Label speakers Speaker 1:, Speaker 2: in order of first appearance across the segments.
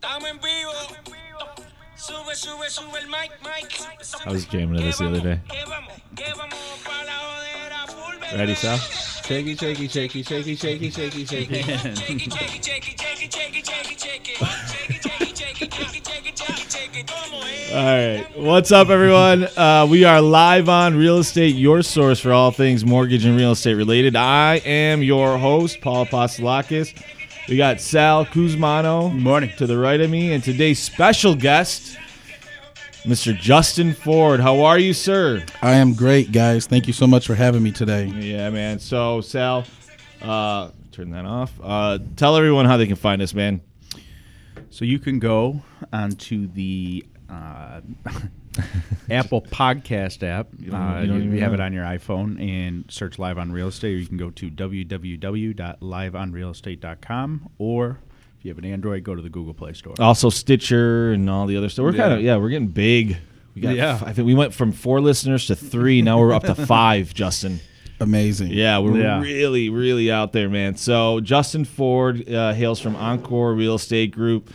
Speaker 1: Estamos en vivo. Sube, sube, sube el mic, mic.
Speaker 2: I was jamming to this the other day.
Speaker 1: Que vamos, que vamos pa' la jodera full, baby.
Speaker 2: Ready, Sal?
Speaker 3: Shaky, shaky, shaky, shaky, shaky, shaky, shaky.
Speaker 1: Shake it, shake it, shake it, shake it, shake it, shake it, shake it. Shake it, shake it, shake it, shake it, shake it, shake it, shake it. ¿Cómo es?
Speaker 2: All right. What's up, everyone? Uh, we are live on Real Estate, your source for all things mortgage and real estate related. I am your host, Paul Apostolakis. We got Sal Kuzmano
Speaker 3: Morning.
Speaker 2: to the right of me, and today's special guest, Mr. Justin Ford. How are you, sir?
Speaker 4: I am great, guys. Thank you so much for having me today.
Speaker 2: Yeah, man. So, Sal, uh, turn that off. Uh, tell everyone how they can find us, man.
Speaker 3: So you can go onto the uh, Apple Podcast app. You,
Speaker 2: don't-
Speaker 3: uh,
Speaker 2: you don't
Speaker 3: you-
Speaker 2: even
Speaker 3: you have it
Speaker 2: know.
Speaker 3: on your iPhone and search Live on Real Estate. Or you can go to www.liveonrealestate.com or if you have an Android, go to the Google Play Store.
Speaker 2: also Stitcher and all the other stuff. We're
Speaker 3: Yeah.
Speaker 2: kind of yeah, we're getting big. We got
Speaker 3: Yeah.
Speaker 2: f- I think we went from four listeners to three. Now we're up to five, Justin.
Speaker 4: Amazing.
Speaker 2: Yeah, we're
Speaker 3: Yeah.
Speaker 2: really, really out there, man. So Justin Ford uh, hails from Encore Real Estate Group.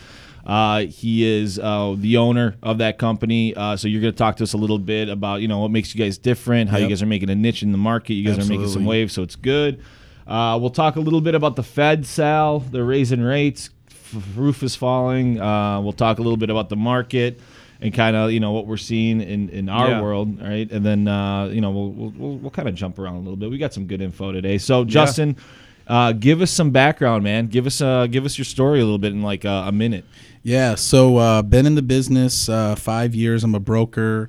Speaker 2: Uh, he is uh, the owner of that company. Uh, so you're going to talk to us a little bit about you know what makes you guys different, how you
Speaker 4: Yep.
Speaker 2: guys are making a niche in the market. You guys are making some
Speaker 4: Absolutely.
Speaker 2: waves, so it's good. Uh, we'll talk a little bit about the Fed, Sal. They're raising rates. F- roof is falling. Uh, we'll talk a little bit about the market and kind of you know what we're seeing in in our
Speaker 3: Yeah.
Speaker 2: world world, all right? And then uh, you know we'll we'll, we'll, we'll kind of jump around a little bit. We got some good info today. So Justin, uh, give us some background, man. Give us uh, give us your story a little bit in like uh, a minute.
Speaker 4: Yeah. So, uh, been in the business uh, five years. I'm a broker.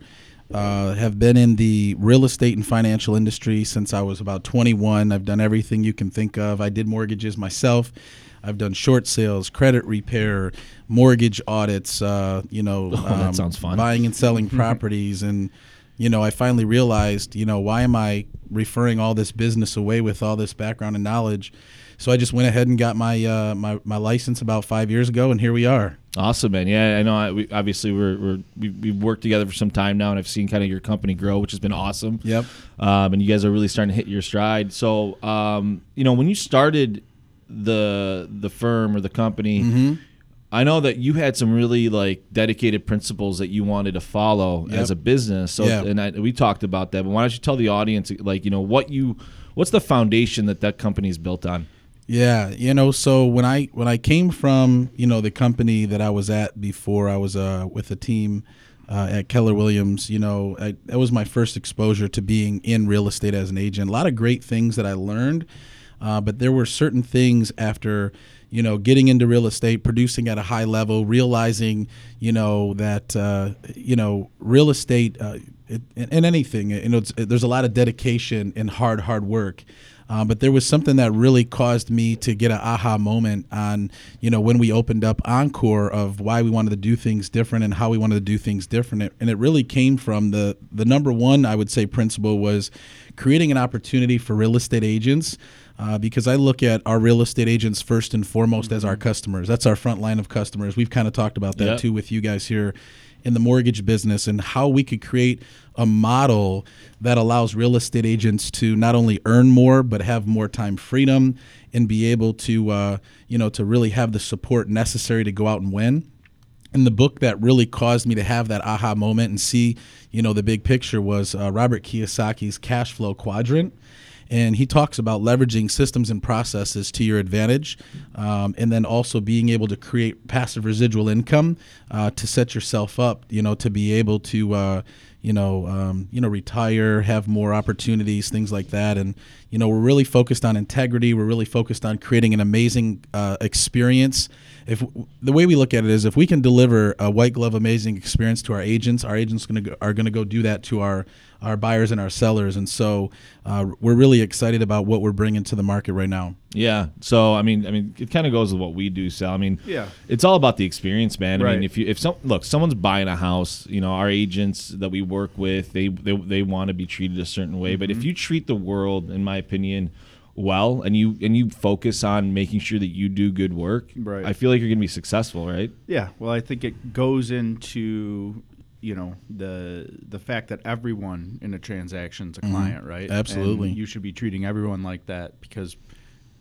Speaker 4: Uh, have been in the real estate and financial industry since I was about 21. I've done everything you can think of. I did mortgages myself. I've done short sales, credit repair, mortgage audits. Uh, you know,
Speaker 2: Oh, that sounds fun. Mm-hmm.
Speaker 4: Buying and selling properties, and you know, I finally realized, you know, why am I referring all this business away with all this background and knowledge? So I just went ahead and got my uh, my my license about five years ago, and here we are.
Speaker 2: Awesome, man. Yeah, I know. I, we, obviously, we're, we're we, we've worked together for some time now, and I've seen kind of your company grow, which has been awesome.
Speaker 4: Yep.
Speaker 2: Um, and you guys are really starting to hit your stride. So, um, you know, when you started the the firm or the company,
Speaker 4: Mm-hmm.
Speaker 2: I know that you had some really like dedicated principles that you wanted to follow
Speaker 4: Yep.
Speaker 2: as a business. So,
Speaker 4: Yeah.
Speaker 2: and I, we talked about that. But why don't you tell the audience, like, you know, what you what's the foundation that that company is built on?
Speaker 4: Yeah, you know, so when I when I came from you know the company that I was at before, I was uh, with a team uh, at Keller Williams. You know, I, that was my first exposure to being in real estate as an agent. A lot of great things that I learned, uh, but there were certain things after you know getting into real estate, producing at a high level, realizing you know that uh, you know real estate. Uh, it, and, and anything, you know, it's, there's a lot of dedication and hard, hard work. Um, but there was something that really caused me to get an aha moment on, you know, when we opened up Encore of why we wanted to do things different and how we wanted to do things different. And it really came from the the number one I would say principle was creating an opportunity for real estate agents. Uh, because I look at our real estate agents first and foremost as our customers. That's our front line of customers. We've kind of talked about that
Speaker 2: Yeah.
Speaker 4: too with you guys here in the mortgage business and how we could create a model that allows real estate agents to not only earn more but have more time freedom and be able to uh, you know to really have the support necessary to go out and win and the book that really caused me to have that aha moment and see you know the big picture was uh, robert kiyosaki's cash flow quadrant and he talks about leveraging systems and processes to your advantage um, and then also being able to create passive residual income uh, to set yourself up you know to be able to uh, you know um, you know retire have more opportunities things like that and you know we're really focused on integrity we're really focused on creating an amazing uh, experience if the way we look at it is if we can deliver a white glove amazing experience to our agents our agents gonna go, are going to go do that to our our buyers and our sellers and so uh, we're really excited about what we're bringing to the market right now
Speaker 2: Yeah. So I mean, I mean, it kind of goes with what we do, Sal. I mean,
Speaker 3: Yeah.
Speaker 2: it's all about the experience, man. I mean,
Speaker 3: Right.
Speaker 2: if you if some look, someone's buying a house, you know, our agents that we work with, they they, they want to be treated a certain way. But
Speaker 3: Mm-hmm.
Speaker 2: if you treat the world, in my opinion, well, and you and you focus on making sure that you do good work,
Speaker 3: Right.
Speaker 2: I feel like you're gonna be successful, right?
Speaker 3: Yeah, well, I think it goes into you know the the fact that everyone in a transaction's a client, right?
Speaker 4: Mm-hmm. Absolutely.
Speaker 3: And you should be treating everyone like that because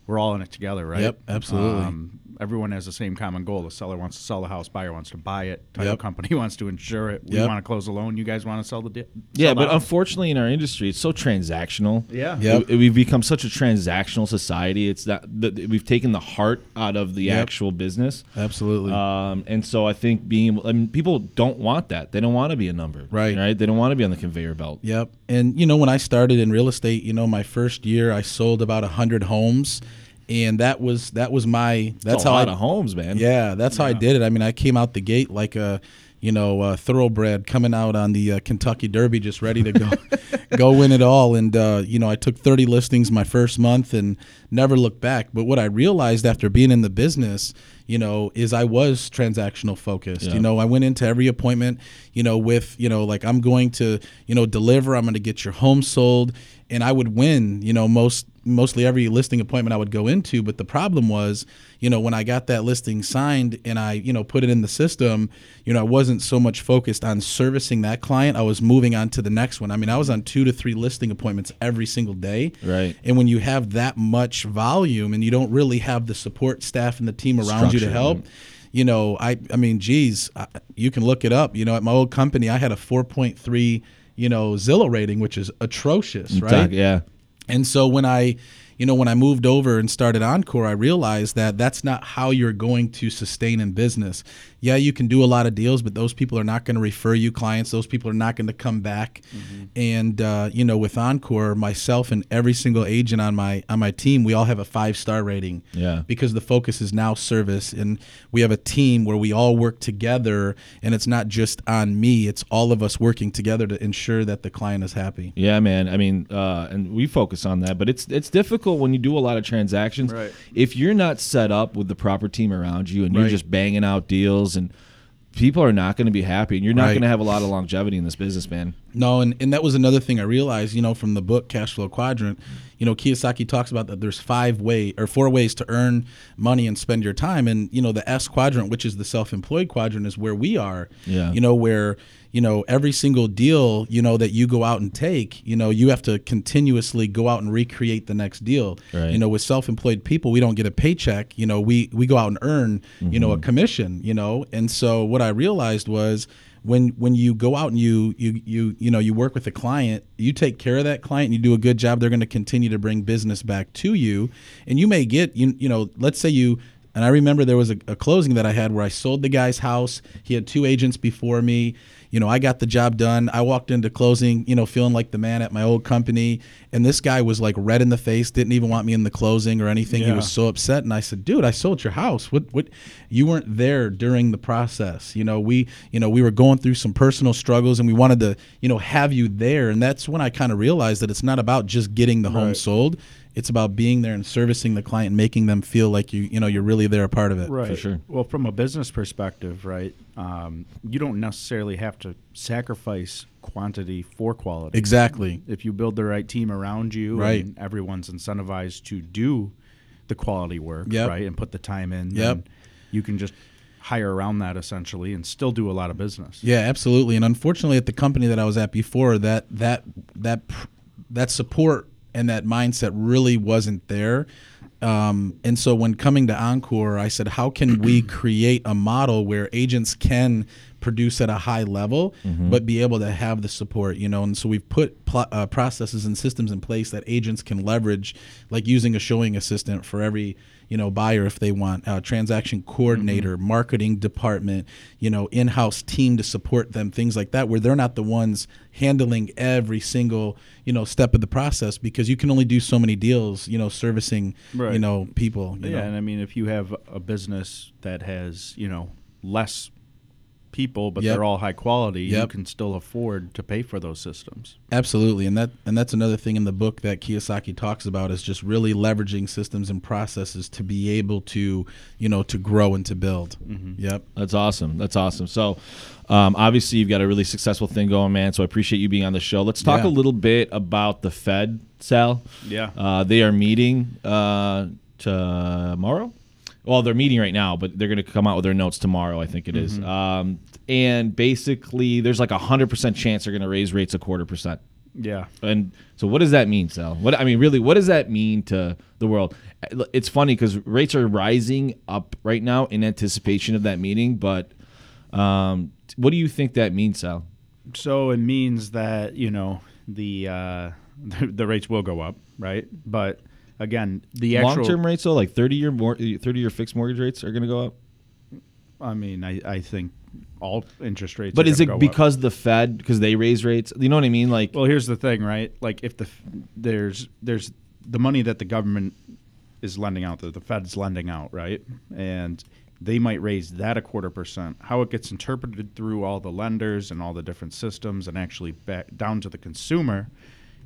Speaker 3: we're all in it together, right?
Speaker 4: Yep, absolutely.
Speaker 3: Um, everyone has the same common goal. The seller wants to sell the house, buyer wants to buy it, title
Speaker 4: Yep.
Speaker 3: company wants to insure it. We
Speaker 4: Yep.
Speaker 3: want to close the loan. You guys want to sell the di-
Speaker 2: Yeah,
Speaker 3: sell the
Speaker 2: but
Speaker 3: house.
Speaker 2: unfortunately, in our industry, it's so transactional.
Speaker 3: Yeah.
Speaker 4: Yep.
Speaker 2: We- we've become such a transactional society. It's that that we've taken the heart out of the
Speaker 4: Yep.
Speaker 2: actual business.
Speaker 4: Absolutely.
Speaker 2: Um, and so I think being, I mean, people don't want that. They don't want to be a number,
Speaker 4: Right.
Speaker 2: Right? They don't want to be on the conveyor belt.
Speaker 4: Yep. And you know, when I started in real estate, you know, my first year I sold about hundred homes, and that was that was my that's
Speaker 2: a
Speaker 4: how
Speaker 2: lot
Speaker 4: I
Speaker 2: of homes, man.
Speaker 4: yeah that's how I did it. I mean, I came out the gate like a you know a thoroughbred coming out on the uh, Kentucky Derby, just ready to go go win it all. And uh, you know, I took thirty listings my first month and never looked back. But what I realized after being in the business, you know, is I was transactional focused. You know, I went into every appointment, you know, with, you know, like I'm going to, you know, deliver, I'm going to get your home sold, and I would win, you know, most mostly every listing appointment I would go into, but the problem was, you know, when I got that listing signed and I, you know, put it in the system, you know, I wasn't so much focused on servicing that client. I was moving on to the next one. I mean, I was on 2 to 3 listing appointments every single day.
Speaker 2: Right.
Speaker 4: And when you have that much volume and you don't really have the support staff and the team around you to
Speaker 2: Structure,
Speaker 4: help,
Speaker 2: right.
Speaker 4: you know, I I mean, geez, I, you can look it up. You know, at my old company, I had a 4.3, you know, Zillow rating, which is atrocious, right?
Speaker 2: Yeah.
Speaker 4: And so when I, you know, when I moved over and started Encore, I realized that that's not how you're going to sustain in business. Yeah, you can do a lot of deals, but those people are not going to refer you clients. Those people are not going to come back. And uh, you know, with Encore, myself and every single agent on my on my team, we all have a five star rating.
Speaker 2: Yeah.
Speaker 4: Because the focus is now service, and we have a team where we all work together, and it's not just on me; it's all of us working together to ensure that the client is happy.
Speaker 2: Yeah, man. I mean, uh, and we focus on that, but it's it's difficult when you do a lot of transactions.
Speaker 3: Right.
Speaker 2: If you're not set up with the proper team around you, and you're
Speaker 4: Right.
Speaker 2: just banging out deals, and people are not going to be happy, and you're not
Speaker 4: Right.
Speaker 2: going to have a lot of longevity in this business, man.
Speaker 4: No, and, and that was another thing I realized, you know, from the book Cash Flow Quadrant. You know, Kiyosaki talks about that there's five way or four ways to earn money and spend your time. And, you know, the S quadrant, which is the self employed quadrant, is where we are.
Speaker 2: Yeah.
Speaker 4: You know, where, you know, every single deal, you know, that you go out and take, you know, you have to continuously go out and recreate the next deal.
Speaker 2: Right.
Speaker 4: You know, with self employed people, we don't get a paycheck. You know, we, we go out and earn, you know, a commission, you know. And so what I realized was when when you go out and you you you you know you work with a client you take care of that client and you do a good job they're going to continue to bring business back to you and you may get you, you know let's say you and i remember there was a, a closing that i had where i sold the guy's house he had two agents before me you know i got the job done i walked into closing you know feeling like the man at my old company and this guy was like red in the face didn't even want me in the closing or anything he
Speaker 3: Yeah.
Speaker 4: was so so upset and I said, "Dude, I sold your house. What what you weren't there during the process. You know, we you know, we were going through some personal struggles and we wanted to, you know, have you there." And that's when I kind of realized that it's not about just getting the home sold. It's about being there and servicing the client and making them feel like you, you know, you're really there a part of it.
Speaker 3: right
Speaker 2: For sure.
Speaker 3: well from a business perspective right um, you don't necessarily have to sacrifice quantity for quality
Speaker 4: Exactly.
Speaker 3: if you build the right team around you
Speaker 4: Right.
Speaker 3: and everyone's incentivized to do the quality work
Speaker 4: Yep.
Speaker 3: right and put the time in
Speaker 4: Yep.
Speaker 3: then you can just hire around that essentially and still do a lot of business
Speaker 4: Yeah, absolutely. And unfortunately, at the company that I was at before, that that that pr- that support and that mindset really wasn't there. Um, and so when coming to Encore, I said, how can we create a model where agents can produce at a high level, but be able to have the support, you know? And so we've put pl- uh, processes and systems in place that agents can leverage, like using a showing assistant for every, you know, buyer if they want, uh, transaction coordinator,
Speaker 3: Mm-hmm.
Speaker 4: marketing department, you know, in-house team to support them, things like that, where they're not the ones handling every single, you know, step of the process because you can only do so many deals, you know, servicing, you
Speaker 3: Right.
Speaker 4: know, people. You
Speaker 3: yeah
Speaker 4: know?
Speaker 3: and i mean if you have a business that has you know less people but
Speaker 4: Yep.
Speaker 3: they're all high quality you
Speaker 4: Yep.
Speaker 3: can still afford to pay for those systems
Speaker 4: Absolutely, and that and that's another thing in the book that Kiyosaki talks about is just really leveraging systems and processes to be able to, you know, to grow and to build.
Speaker 3: Mm-hmm.
Speaker 4: Yep.
Speaker 2: That's awesome. That's awesome. So, um, obviously, you've got a really successful thing going, man. So I appreciate you being on the show. Let's talk
Speaker 4: Yeah.
Speaker 2: a little bit about the Fed, Sal.
Speaker 3: Yeah.
Speaker 2: Uh, they are meeting uh, tomorrow. Well, they're meeting right now, but they're going to come out with their notes tomorrow. I think it is. Um, and basically, there's like a hundred percent chance they're going to raise rates a quarter percent.
Speaker 3: Yeah.
Speaker 2: And so, what does that mean, Sal? What I mean, really, what does that mean to the world? It's funny because rates are rising up right now in anticipation of that meeting. But um, what do you think that means, Sal?
Speaker 3: So it means that you know the uh, the, the rates will go up, right? But again, the actual
Speaker 2: Long-term rates, though, like thirty-year, mor- thirty-year fixed mortgage rates are going to go up.
Speaker 3: I mean, I, I think all interest rates.
Speaker 2: But
Speaker 3: are
Speaker 2: is
Speaker 3: gonna
Speaker 2: it
Speaker 3: go up.
Speaker 2: because the Fed because they raise rates? You know what I mean? Like,
Speaker 3: Well, here's the thing, right? Like if the f- there's there's the money that the government is lending out, that the Fed's lending out, right? And they might raise that a quarter percent. How it gets interpreted through all the lenders and all the different systems, and actually back down to the consumer,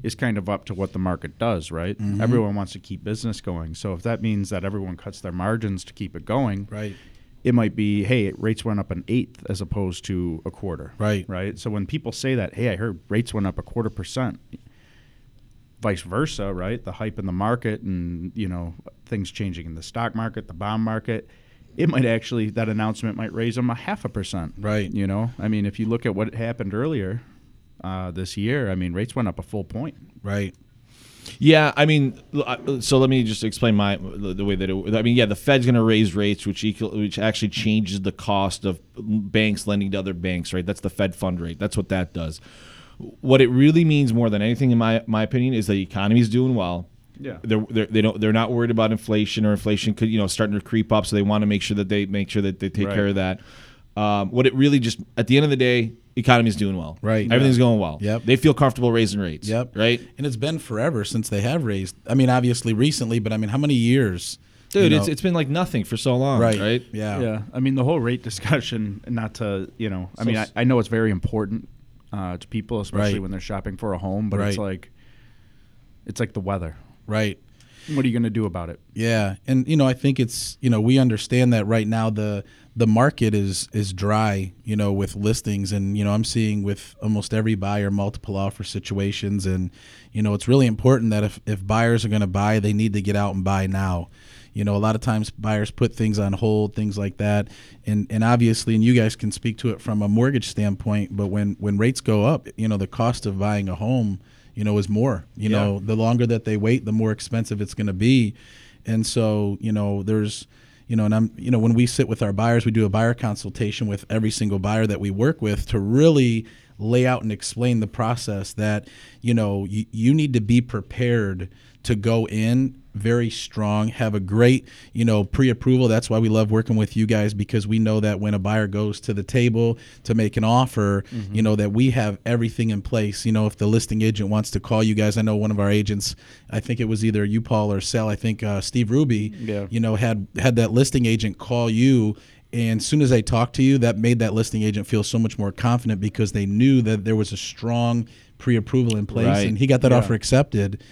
Speaker 3: is kind of up to what the market does, right?
Speaker 2: Mm-hmm.
Speaker 3: Everyone wants to keep business going, so if that means that everyone cuts their margins to keep it going,
Speaker 4: Right.
Speaker 3: it might be, hey, rates went up an eighth as opposed to a quarter.
Speaker 4: Right.
Speaker 3: Right. So when people say that, hey, I heard rates went up a quarter percent, vice versa, right? The hype in the market and, you know, things changing in the stock market, the bond market, it might actually, that announcement might raise them a half a percent.
Speaker 4: Right.
Speaker 3: You know, I mean, if you look at what happened earlier uh, this year, I mean, rates went up a full point.
Speaker 4: Right.
Speaker 2: Yeah, I mean, l- I- so let me just explain my the the way that it. I mean, yeah, the Fed's going to raise rates, which equal, which actually changes the cost of banks lending to other banks, right? That's the Fed fund rate. That's what that does. What it really means more than anything, in my my opinion, is the economy's doing well.
Speaker 3: Yeah.
Speaker 2: They're, they're they don't they're not worried about inflation or inflation could you know starting to creep up, so they want to make sure that they make sure that they take
Speaker 3: Right.
Speaker 2: care of that. Um, what it really just at the end of the day, economy's doing well.
Speaker 4: Right.
Speaker 2: Everything's going well.
Speaker 4: Yep.
Speaker 2: They feel comfortable raising rates.
Speaker 4: Yep.
Speaker 2: Right.
Speaker 4: And it's been forever since they have raised. I mean, obviously recently, but I mean, how many years? you
Speaker 2: dude. it's
Speaker 4: know?
Speaker 2: it's been like nothing for so long,
Speaker 4: right.
Speaker 2: right?
Speaker 4: Yeah.
Speaker 3: Yeah, I mean the whole rate discussion. Not to you know, I
Speaker 2: So
Speaker 3: mean I,
Speaker 2: s-
Speaker 3: I know it's very important uh, to people, especially
Speaker 4: Right.
Speaker 3: when they're shopping for a home. But it's
Speaker 4: Right.
Speaker 3: like, it's like the weather.
Speaker 4: Right.
Speaker 3: What are you going to do about it?
Speaker 4: Yeah, and you know, I think it's you know we understand that right now the the market is is dry, you know, with listings, and you know I'm seeing with almost every buyer multiple offer situations, and you know it's really important that if if buyers are going to buy, they need to get out and buy now. You know, a lot of times buyers put things on hold, things like that, and and obviously, and you guys can speak to it from a mortgage standpoint, but when when rates go up, you know, the cost of buying a home you know, is more. You
Speaker 3: Yeah.
Speaker 4: know, the longer that they wait, the more expensive it's going to be. And so, you know, there's, you know, and I'm, you know, when we sit with our buyers, we do a buyer consultation with every single buyer that we work with to really lay out and explain the process that, you know, you, you need to be prepared to go in very strong, have a great, you know, pre-approval. That's why we love working with you guys because we know that when a buyer goes to the table to make an offer, you know, that we have everything in place. You know, if the listing agent wants to call you guys, I know one of our agents, I think it was either you, Paul, or Sal, I think uh, Steve Ruby,
Speaker 3: Yeah.
Speaker 4: you know, had had that listing agent call you and as soon as they talked to you, that made that listing agent feel so much more confident because they knew that there was a strong pre-approval in place
Speaker 2: Right.
Speaker 4: and he got that offer accepted.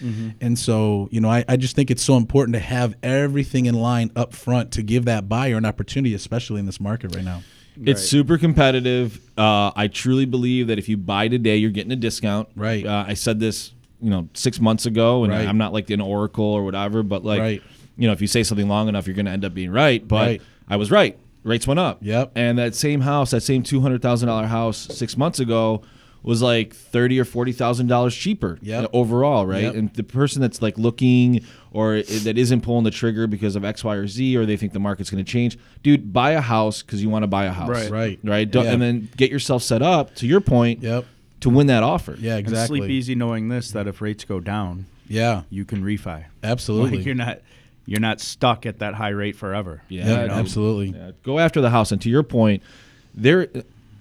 Speaker 4: And so, you know, I, I just think it's so important to have everything in line up front to give that buyer an opportunity, especially in this market right now.
Speaker 2: It's super competitive. Uh, I truly believe that if you buy today, you're getting a discount.
Speaker 4: Right.
Speaker 2: Uh, I said this, you know, six months ago, and
Speaker 4: Right.
Speaker 2: I'm not like an oracle or whatever, but like,
Speaker 4: Right.
Speaker 2: you know, if you say something long enough, you're going to end up being right. But
Speaker 4: Right.
Speaker 2: I was right. Rates went up.
Speaker 4: Yep.
Speaker 2: And that same house, that same two hundred thousand dollar house, six months ago. Was like thirty or forty thousand dollars cheaper
Speaker 4: Yep.
Speaker 2: overall, right?
Speaker 4: Yep.
Speaker 2: And the person that's like looking or i- that isn't pulling the trigger because of X, Y, or Z, or they think the market's going to change, dude, buy a house because you want to buy a house,
Speaker 3: Right.
Speaker 4: Right.
Speaker 2: Right, Don't-
Speaker 4: Yeah.
Speaker 2: and then get yourself set up to your point,
Speaker 4: Yep.
Speaker 2: to win that offer,
Speaker 4: Yeah,
Speaker 3: And
Speaker 4: exactly.
Speaker 3: sleep easy knowing this that if rates go down,
Speaker 4: Yeah,
Speaker 3: you can refi.
Speaker 4: absolutely.
Speaker 3: Like you're not you're not stuck at that high rate forever.
Speaker 2: Yeah.
Speaker 4: yeah,
Speaker 2: you know.
Speaker 4: absolutely.
Speaker 2: Yeah, go after the house. And to your point, there,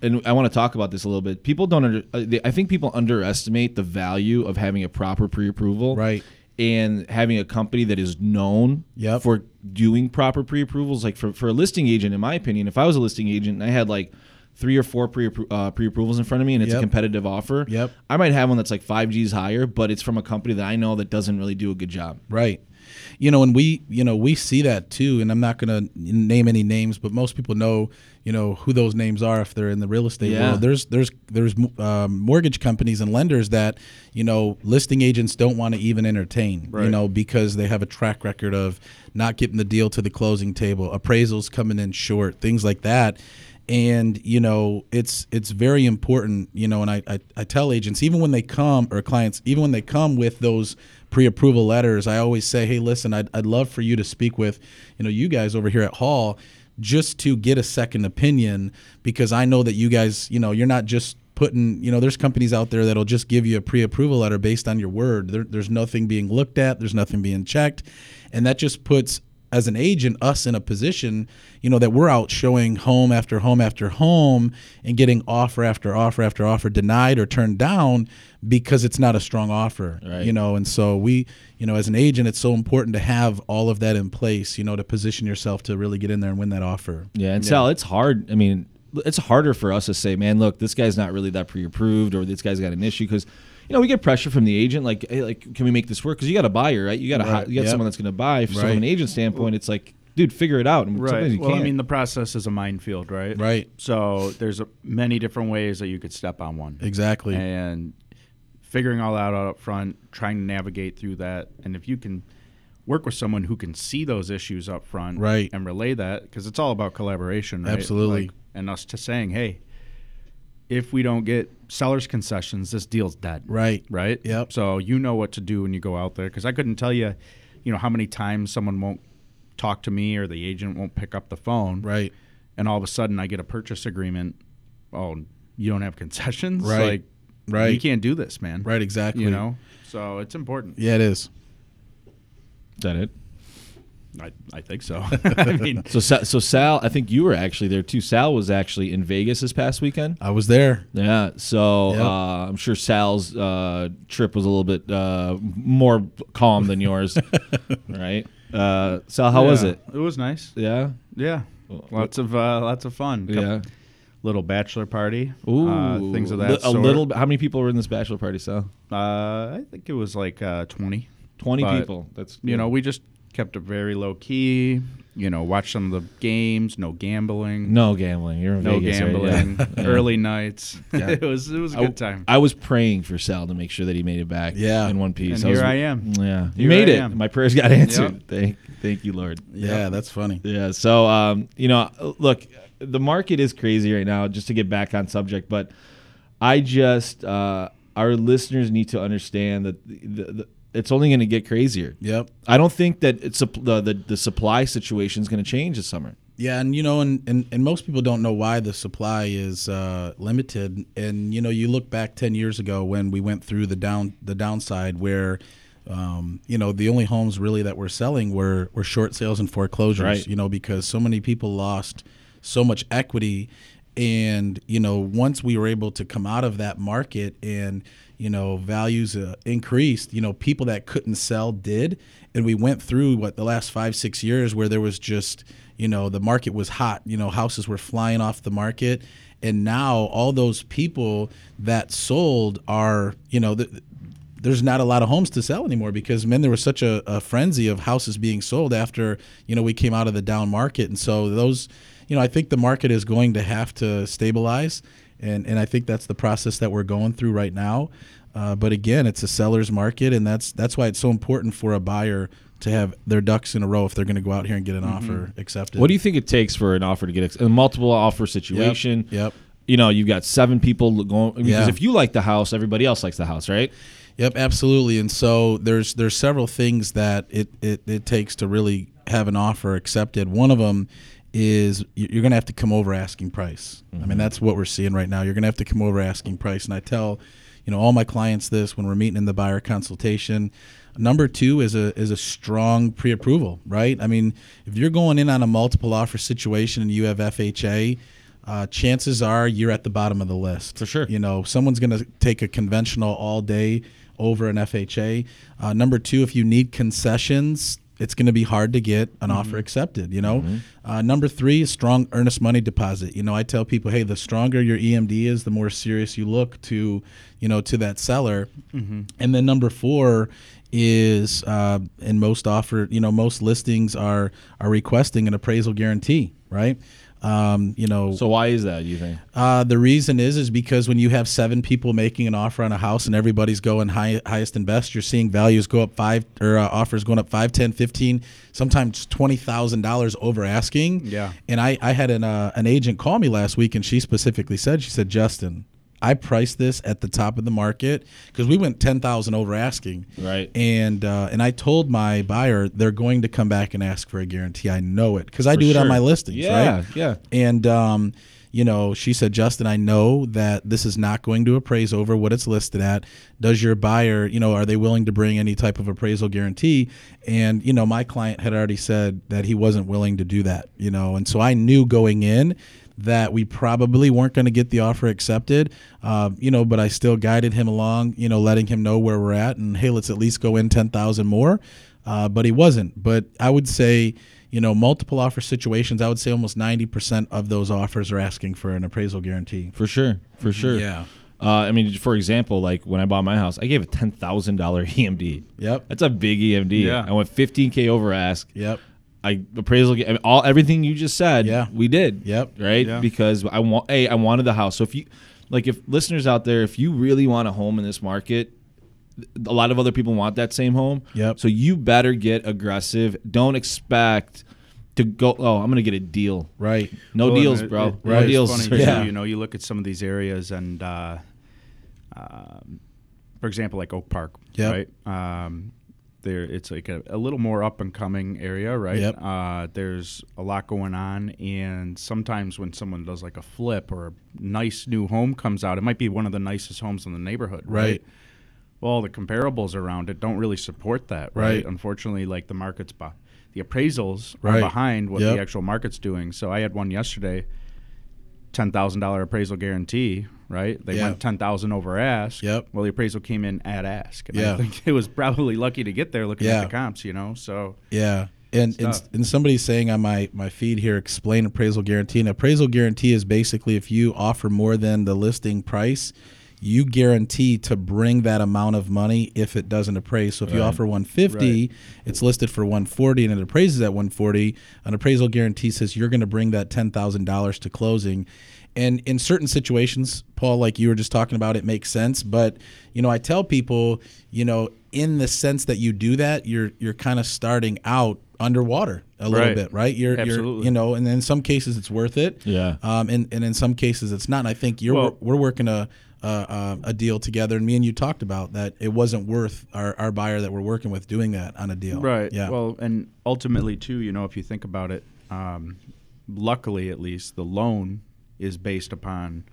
Speaker 2: and I want to talk about this a little bit. People don't under, uh, they- I think people underestimate the value of having a proper pre-approval,
Speaker 4: Right.
Speaker 2: And having a company that is known
Speaker 4: Yep.
Speaker 2: for doing proper pre-approvals, like for, for a listing agent, in my opinion, if I was a listing agent and I had like three or four pre uh, pre-approvals in front of me and it's
Speaker 4: Yep.
Speaker 2: a competitive offer,
Speaker 4: Yep.
Speaker 2: I might have one that's like five G's higher, but it's from a company that I know that doesn't really do a good job.
Speaker 4: Right. You know, and we, you know, we see that too. And I'm not going to name any names, but most people know, you know, who those names are if they're in the real estate
Speaker 2: Yeah.
Speaker 4: world. There's, there's, there's um, mortgage companies and lenders that, you know, listing agents don't want to even entertain, you
Speaker 3: Right.
Speaker 4: know, because they have a track record of not getting the deal to the closing table, appraisals coming in short, things like that. and you know it's it's very important you know and I, I i tell agents even when they come or clients even when they come with those pre-approval letters i always say hey listen i'd, I'd love for you to speak with you know you guys over here at hall just to get a second opinion because i know that you guys you know you're not just putting you know there's companies out there that'll just give you a pre-approval letter based on your word there, there's nothing being looked at there's nothing being checked and that just puts as an agent us in a position you know that we're out showing home after home after home and getting offer after offer after offer denied or turned down because it's not a strong offer you know and so we you know as an agent it's so important to have all of that in place you know to position yourself to really get in there and win that offer
Speaker 2: Yeah, and Sal, it's hard. I mean, it's harder for us to say, man, look, this guy's not really that pre-approved, or this guy's got an issue because, you know, we get pressure from the agent, like, hey, like, can we make this work? Because you got a buyer, right? You got a hot- you got
Speaker 4: yeah.
Speaker 2: someone that's going to buy. So from
Speaker 4: Right.
Speaker 2: an agent standpoint, it's like, dude, figure it out. And sometimes
Speaker 3: Right.
Speaker 2: you
Speaker 3: Well, I
Speaker 2: can't.
Speaker 3: mean, the process is a minefield, right?
Speaker 4: Right.
Speaker 3: So there's a, many different ways that you could step on one.
Speaker 4: exactly
Speaker 3: And figuring all that out up front, trying to navigate through that, and if you can work with someone who can see those issues up front,
Speaker 4: Right.
Speaker 3: and relay that because it's all about collaboration, right?
Speaker 4: Absolutely.
Speaker 3: Like, and us to saying, hey, if we don't get seller's concessions, this deal's dead.
Speaker 4: right
Speaker 3: Right.
Speaker 4: Yep.
Speaker 3: So you know what to do when you go out there because I couldn't tell you, you know, how many times someone won't talk to me or the agent won't pick up the phone.
Speaker 4: right
Speaker 3: And all of a sudden, I get a purchase agreement. Oh, you don't have concessions.
Speaker 4: Right.
Speaker 3: Like,
Speaker 4: Right.
Speaker 3: You can't do this, man.
Speaker 4: right exactly
Speaker 3: You know. So it's important.
Speaker 4: yeah it is
Speaker 2: Is that it?
Speaker 3: I, I think so. I mean,
Speaker 2: So, Sa- so Sal, I think you were actually there too. Sal was actually in Vegas this past weekend.
Speaker 4: i was there
Speaker 2: Yeah, so
Speaker 4: Yep.
Speaker 2: uh, I'm sure Sal's uh, trip was a little bit uh, more calm than yours, right? Uh, Sal, how was
Speaker 3: yeah,
Speaker 2: it?
Speaker 3: It was nice.
Speaker 2: Yeah,
Speaker 3: Yeah. Lots of uh, lots of fun. Couple-
Speaker 2: yeah.
Speaker 3: Little bachelor party.
Speaker 2: Ooh,
Speaker 3: Uh, things of that.
Speaker 2: Li- A
Speaker 3: sort.
Speaker 2: little. How many people were in this bachelor party, Sal?
Speaker 3: Uh, I think it was like uh, twenty.
Speaker 2: Twenty
Speaker 3: But,
Speaker 2: people. That's
Speaker 3: You know, we just kept it very low key. You know, watched some of the games. No gambling.
Speaker 2: no gambling. You're in
Speaker 3: no
Speaker 2: Vegas, right? Yeah.
Speaker 3: gambling. Early nights. it was it was a
Speaker 2: I-
Speaker 3: good time.
Speaker 2: I was praying for Sal to make sure that he made it back.
Speaker 4: Yeah.
Speaker 2: in one piece.
Speaker 3: And
Speaker 2: was-
Speaker 3: here I am.
Speaker 2: Yeah, you
Speaker 3: Here
Speaker 2: made
Speaker 3: I
Speaker 2: it.
Speaker 3: am.
Speaker 2: My prayers got answered. Thank, thank you, Lord.
Speaker 4: yeah that's funny
Speaker 2: Yeah. So, um, you know, look, the market is crazy right now. Just to get back on subject, but I just uh, our listeners need to understand that the, the, the, it's only going to get crazier.
Speaker 4: yep
Speaker 2: I don't think that it's supp- the, the the supply situation is going to change this summer.
Speaker 4: Yeah, and you know, and, and, and most people don't know why the supply is uh, limited. And you know, you look back ten years ago when we went through the down the downside where, um, you know, the only homes really that were selling were were short sales and foreclosures.
Speaker 2: Right.
Speaker 4: You know, because so many people lost so much equity, and you know, once we were able to come out of that market and you know values uh, increased you know people that couldn't sell did and we went through what the last five six years where there was just you know the market was hot you know houses were flying off the market and now all those people that sold are you know th- there's not a lot of homes to sell anymore because man there was such a, a frenzy of houses being sold after you know we came out of the down market and so those you know i think the market is going to have to stabilize and and i think that's the process that we're going through right now uh, but again it's a seller's market and that's that's why it's so important for a buyer to have their ducks in a row if they're going to go out here and get an offer accepted
Speaker 2: Mm-hmm. What do you think it takes for an offer to get ex- a multiple offer situation?
Speaker 4: Yep.
Speaker 2: You know, you've got seven people going because
Speaker 4: Yeah.
Speaker 2: if you like the house, everybody else likes the house, right?
Speaker 4: Yep, absolutely. And so there's there's several things that it it, it takes to really have an offer accepted. One of them is you- you're going to have to come over asking price. I
Speaker 2: Mm-hmm.
Speaker 4: mean, that's what we're seeing right now. You're going to have to come over asking price. And I tell, you know, all my clients this when we're meeting in the buyer consultation. Number two is a is a strong pre-approval, right? I mean, if you're going in on a multiple offer situation and you have FHA, uh, chances are you're at the bottom of the list
Speaker 2: For sure.
Speaker 4: you know someone's going to take a conventional all day over an fha uh, number two if you need concessions it's going to be hard to get an offer accepted you know uh, number three is strong earnest money deposit you know i tell people hey the stronger your emd is the more serious you look to you know to that seller and then number four is, uh, and most offer, you know, most listings are are requesting an appraisal guarantee, right? Um, you know,
Speaker 2: So why is that? You think?
Speaker 4: uh, the reason is is because when you have seven people making an offer on a house and everybody's going high, highest and best, you're seeing values go up five or uh, offers going up five, ten, fifteen, sometimes twenty thousand dollars over asking.
Speaker 3: Yeah.
Speaker 4: And I I had an uh, an agent call me last week and she specifically said she said Justin. I priced this at the top of the market because we went ten thousand over asking,
Speaker 2: Right.
Speaker 4: And uh, and I told my buyer they're going to come back and ask for a guarantee. I know it because I do it on
Speaker 2: sure.
Speaker 4: my listings,
Speaker 2: Yeah,
Speaker 4: right?
Speaker 2: yeah.
Speaker 4: And um, you know, she said, Justin, I know that this is not going to appraise over what it's listed at. Does your buyer, you know, are they willing to bring any type of appraisal guarantee? And you know, my client had already said that he wasn't willing to do that. You know, and so I knew going in that we probably weren't going to get the offer accepted. Uh, you know, but I still guided him along. You know, letting him know where we're at and hey, let's at least go in ten thousand more. Uh, but he wasn't. But I would say you know, multiple offer situations, I would say almost 90% of those offers are asking for an appraisal guarantee.
Speaker 2: For sure, for sure.
Speaker 4: Yeah.
Speaker 2: Uh, I mean, for example, like when I bought my house, I gave a ten thousand dollar EMD.
Speaker 4: Yep.
Speaker 2: That's a big EMD.
Speaker 3: Yeah.
Speaker 2: I went fifteen k over ask.
Speaker 4: Yep.
Speaker 2: I appraisal I mean, all everything you just said.
Speaker 4: Yeah.
Speaker 2: we did.
Speaker 4: Yep.
Speaker 2: Right,
Speaker 3: Yeah.
Speaker 2: because I want a I wanted the house. So if you like, if listeners out there, if you really want a home in this market, a lot of other people want that same home.
Speaker 4: Yep.
Speaker 2: So you better get aggressive. Don't expect to go. Oh, I'm gonna get a deal.
Speaker 4: Right.
Speaker 2: No
Speaker 3: Well, and
Speaker 2: deals,
Speaker 3: it-
Speaker 2: bro.
Speaker 3: it-
Speaker 2: no
Speaker 4: it's
Speaker 2: deals.
Speaker 3: Funny,
Speaker 4: Yeah.
Speaker 3: too, you know, you look at some of these areas, and uh, um, for example, like Oak Park,
Speaker 4: Yep.
Speaker 3: right? Um, there, it's like a, a little more up and coming area, right?
Speaker 4: Yep.
Speaker 3: Uh, there's a lot going on, and sometimes when someone does like a flip or a nice new home comes out, it might be one of the nicest homes in the neighborhood,
Speaker 4: Right.
Speaker 3: Well, the comparables around it don't really support that, right?
Speaker 4: Right.
Speaker 3: Unfortunately, like the market's, bu- the appraisals
Speaker 4: Right.
Speaker 3: are behind what
Speaker 4: Yep.
Speaker 3: the actual market's doing. So I had one yesterday ten thousand dollar appraisal guarantee, right? They
Speaker 4: Yeah.
Speaker 3: went ten thousand over ask.
Speaker 4: Yep.
Speaker 3: Well, the appraisal came in at ask. And
Speaker 4: Yeah.
Speaker 3: I think it was probably lucky to get there looking
Speaker 4: Yeah.
Speaker 3: at the comps, you know. So
Speaker 4: Yeah. And, and,
Speaker 3: tough.
Speaker 4: and somebody's saying on my, my feed here, explain appraisal guarantee. An appraisal guarantee is basically if you offer more than the listing price, you guarantee to bring that amount of money if it doesn't appraise. So if you offer 150, it's listed for 140 and it appraises at 140. An appraisal guarantee says you're going to bring that $10,000 to closing. And in certain situations, Paul, like you were just talking about, it makes sense. But you know, I tell people, you know, in the sense that you do that, you're you're kind of starting out underwater a little
Speaker 3: Right.
Speaker 4: bit, right? You're, you're
Speaker 3: Absolutely.
Speaker 4: you know, and in some cases it's worth it.
Speaker 2: Yeah.
Speaker 4: Um, and, and in some cases it's not. And I think you're
Speaker 3: Well-
Speaker 4: we're working a, a a- a deal together, and me and you talked about that it wasn't worth our, our buyer that we're working with doing that on a deal.
Speaker 3: Right.
Speaker 4: Yeah.
Speaker 3: Well, and ultimately too, you know, if you think about it, um, luckily at least the loan is based upon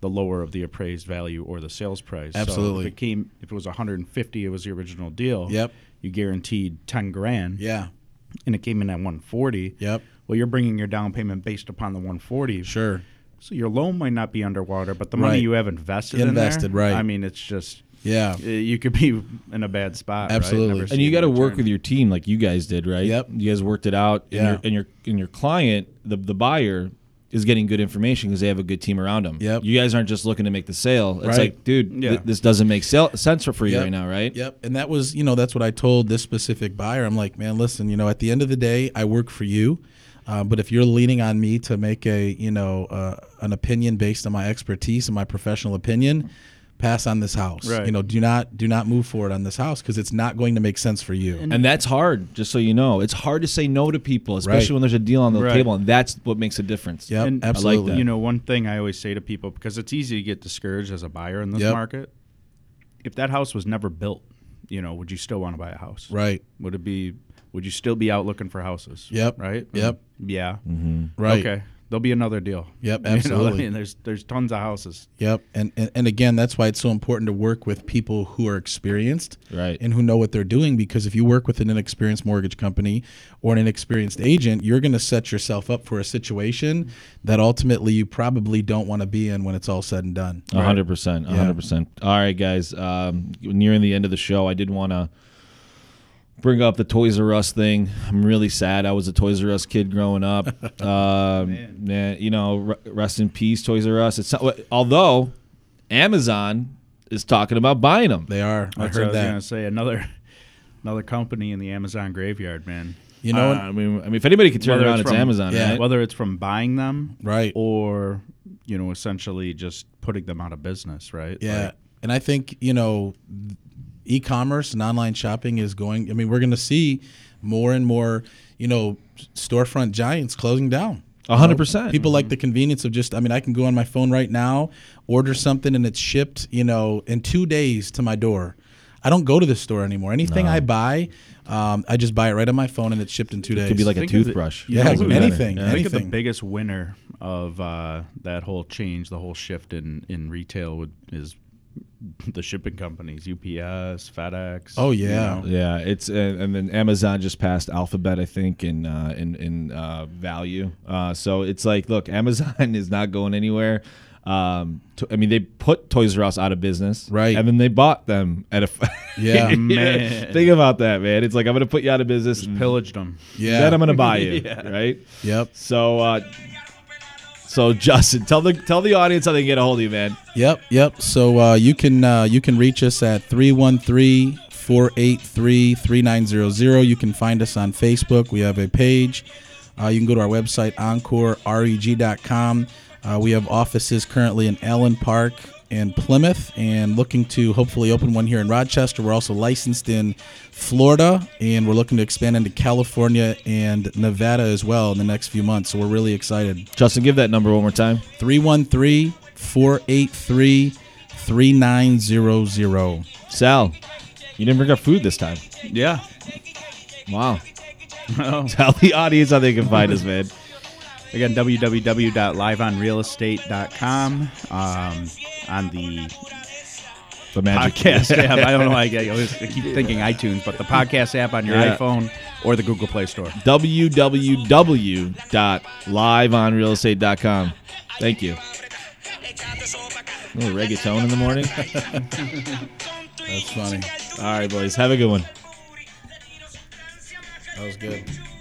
Speaker 3: the lower of the appraised value or the sales price. So
Speaker 4: Absolutely.
Speaker 3: if it came, if it was 150, it was the original deal.
Speaker 4: Yep.
Speaker 3: You guaranteed 10 grand.
Speaker 4: yeah.
Speaker 3: And it came in at 140.
Speaker 4: Yep.
Speaker 3: Well, you're bringing your down payment based upon the 140.
Speaker 4: Sure.
Speaker 3: So your loan might not be underwater, but the money
Speaker 4: Right.
Speaker 3: you have invested,
Speaker 4: Invested,
Speaker 3: in there,
Speaker 4: right.
Speaker 3: I mean, it's just
Speaker 4: Yeah.
Speaker 3: uh, you could be in a bad spot. right?
Speaker 4: Absolutely.
Speaker 3: Never
Speaker 4: And
Speaker 2: and
Speaker 3: see
Speaker 2: you
Speaker 3: the
Speaker 2: got to work
Speaker 3: return.
Speaker 2: with your team like you guys did right
Speaker 4: Yep.
Speaker 2: you guys worked it out and,
Speaker 4: Yeah.
Speaker 2: your, and your and your client the, the buyer is getting good information because they have a good team around them
Speaker 4: Yep.
Speaker 2: you guys aren't just looking to make the sale it's
Speaker 4: Right.
Speaker 2: like dude
Speaker 3: Yeah.
Speaker 2: th- this doesn't make sale- sense for, for you
Speaker 4: Yep.
Speaker 2: right now right
Speaker 4: Yep. And that was, you know, that's what I told this specific buyer. I'm like, man, listen, you know, at the end of the day, I work for you. Uh, but if you're leaning on me to make a, you know, uh, an opinion based on my expertise and my professional opinion, pass on this house.
Speaker 3: Right.
Speaker 4: You know, do not do not move forward on this house because it's not going to make sense for you.
Speaker 2: and that's hard just so you know it's hard to say no to people especially
Speaker 4: Right.
Speaker 2: when there's a deal on the
Speaker 3: Right.
Speaker 2: table and that's what makes a difference
Speaker 4: yep.
Speaker 3: And I like
Speaker 4: absolutely.
Speaker 2: that.
Speaker 3: You know, one thing I always say to people because it's easy to get discouraged as a buyer in this
Speaker 4: Yep.
Speaker 3: market. If that house was never built, you know, would you still want to buy a house?
Speaker 4: Right.
Speaker 3: Would it be? Would you still be out looking for houses?
Speaker 4: Yep.
Speaker 3: Right.
Speaker 4: Yep. Mm-hmm.
Speaker 3: Yeah.
Speaker 4: Right.
Speaker 3: Okay. There'll be another deal.
Speaker 4: Yep,
Speaker 3: You know, I
Speaker 4: absolutely.
Speaker 3: mean, there's there's tons of houses.
Speaker 4: Yep. And, and and again, that's why it's so important to work with people who are experienced
Speaker 2: Right.
Speaker 4: and who know what they're doing because if you work with an inexperienced mortgage company or an inexperienced agent, you're going to set yourself up for a situation that ultimately you probably don't want to be in when it's all said and done.
Speaker 2: A hundred percent, a hundred percent. All right, guys, um, nearing the end of the show, I did want to bring up the Toys R Us thing. I'm really sad. I was a Toys R Us kid growing up. um, man. you know, r- rest in peace, Toys R Us. It's not, although Amazon is talking about buying them.
Speaker 4: They are. I
Speaker 3: That's what
Speaker 4: heard
Speaker 3: I was
Speaker 4: that.
Speaker 3: gonna say another Another company in the Amazon graveyard, man.
Speaker 4: You know,
Speaker 2: Uh, I mean, I mean, if anybody could turn
Speaker 3: Whether
Speaker 2: it around, it's
Speaker 3: from-
Speaker 2: Amazon.
Speaker 4: yeah,
Speaker 2: right?
Speaker 3: Whether it's from buying them,
Speaker 4: Right.
Speaker 3: or you know, essentially just putting them out of business, right?
Speaker 4: Yeah.
Speaker 3: Like,
Speaker 4: and I think, you know, e-commerce and online shopping is going I mean, we're going to see more and more, you know, storefront giants closing down.
Speaker 2: A hundred percent. Mm-hmm.
Speaker 4: People like the convenience of just I mean, I can go on my phone right now, order something and it's shipped, you know, in 2 days to my door. I don't go to the store anymore. Anything I buy, um, I just buy it right on my phone and it's shipped in 2 days.
Speaker 2: could be like a
Speaker 3: Think of the-
Speaker 2: toothbrush.
Speaker 4: Yeah,
Speaker 2: That would be
Speaker 4: anything.
Speaker 2: better.
Speaker 4: Any-
Speaker 3: Think of the
Speaker 4: Anything.
Speaker 3: biggest winner of uh, that whole change, the whole shift in in retail would, is the shipping companies, UPS, FedEx.
Speaker 4: Oh, yeah.
Speaker 2: Yeah, it's uh, and then Amazon just passed Alphabet, I think, in uh, in in uh, value. Uh, so it's like, look, Amazon is not going anywhere. Um, to, I mean, they put Toys R Us out of business,
Speaker 4: Right.
Speaker 2: And then they bought them at a. f-
Speaker 4: Yeah.
Speaker 3: Man.
Speaker 2: think about that, man. It's like I'm gonna put you out of business. and
Speaker 3: Pillaged them.
Speaker 4: Yeah.
Speaker 2: Then I'm gonna buy you, right?
Speaker 4: Yep.
Speaker 2: So, uh, so Justin, tell the tell the audience how they can get a hold of you, man.
Speaker 4: Yep, yep. So uh, you can uh, you can reach us at 313-483-3900. You can find us on Facebook. We have a page. Uh, you can go to our website E encoreReg.com. Uh, we have offices currently in Allen Park and Plymouth, and looking to hopefully open one here in Rochester. We're also licensed in Florida, and we're looking to expand into California and Nevada as well in the next few months. So we're really excited.
Speaker 2: Justin, give that number one more time.
Speaker 4: 313 483 3900.
Speaker 2: Sal, you didn't bring up food this time.
Speaker 3: Yeah.
Speaker 2: Wow.
Speaker 3: Oh.
Speaker 2: Tell the audience how they can find us, man.
Speaker 3: Again, www.liveonrealestate.com. Um, on the
Speaker 2: The magic
Speaker 3: podcast app. I don't know. why I, get- I always keep thinking iTunes, but the podcast app on your
Speaker 2: Yeah.
Speaker 3: iPhone or the Google Play Store.
Speaker 2: www.liveonrealestate.com. Thank you. A little reggaeton in the morning.
Speaker 1: That's funny.
Speaker 2: All right, boys. Have a good one.
Speaker 4: That was good.
Speaker 1: good.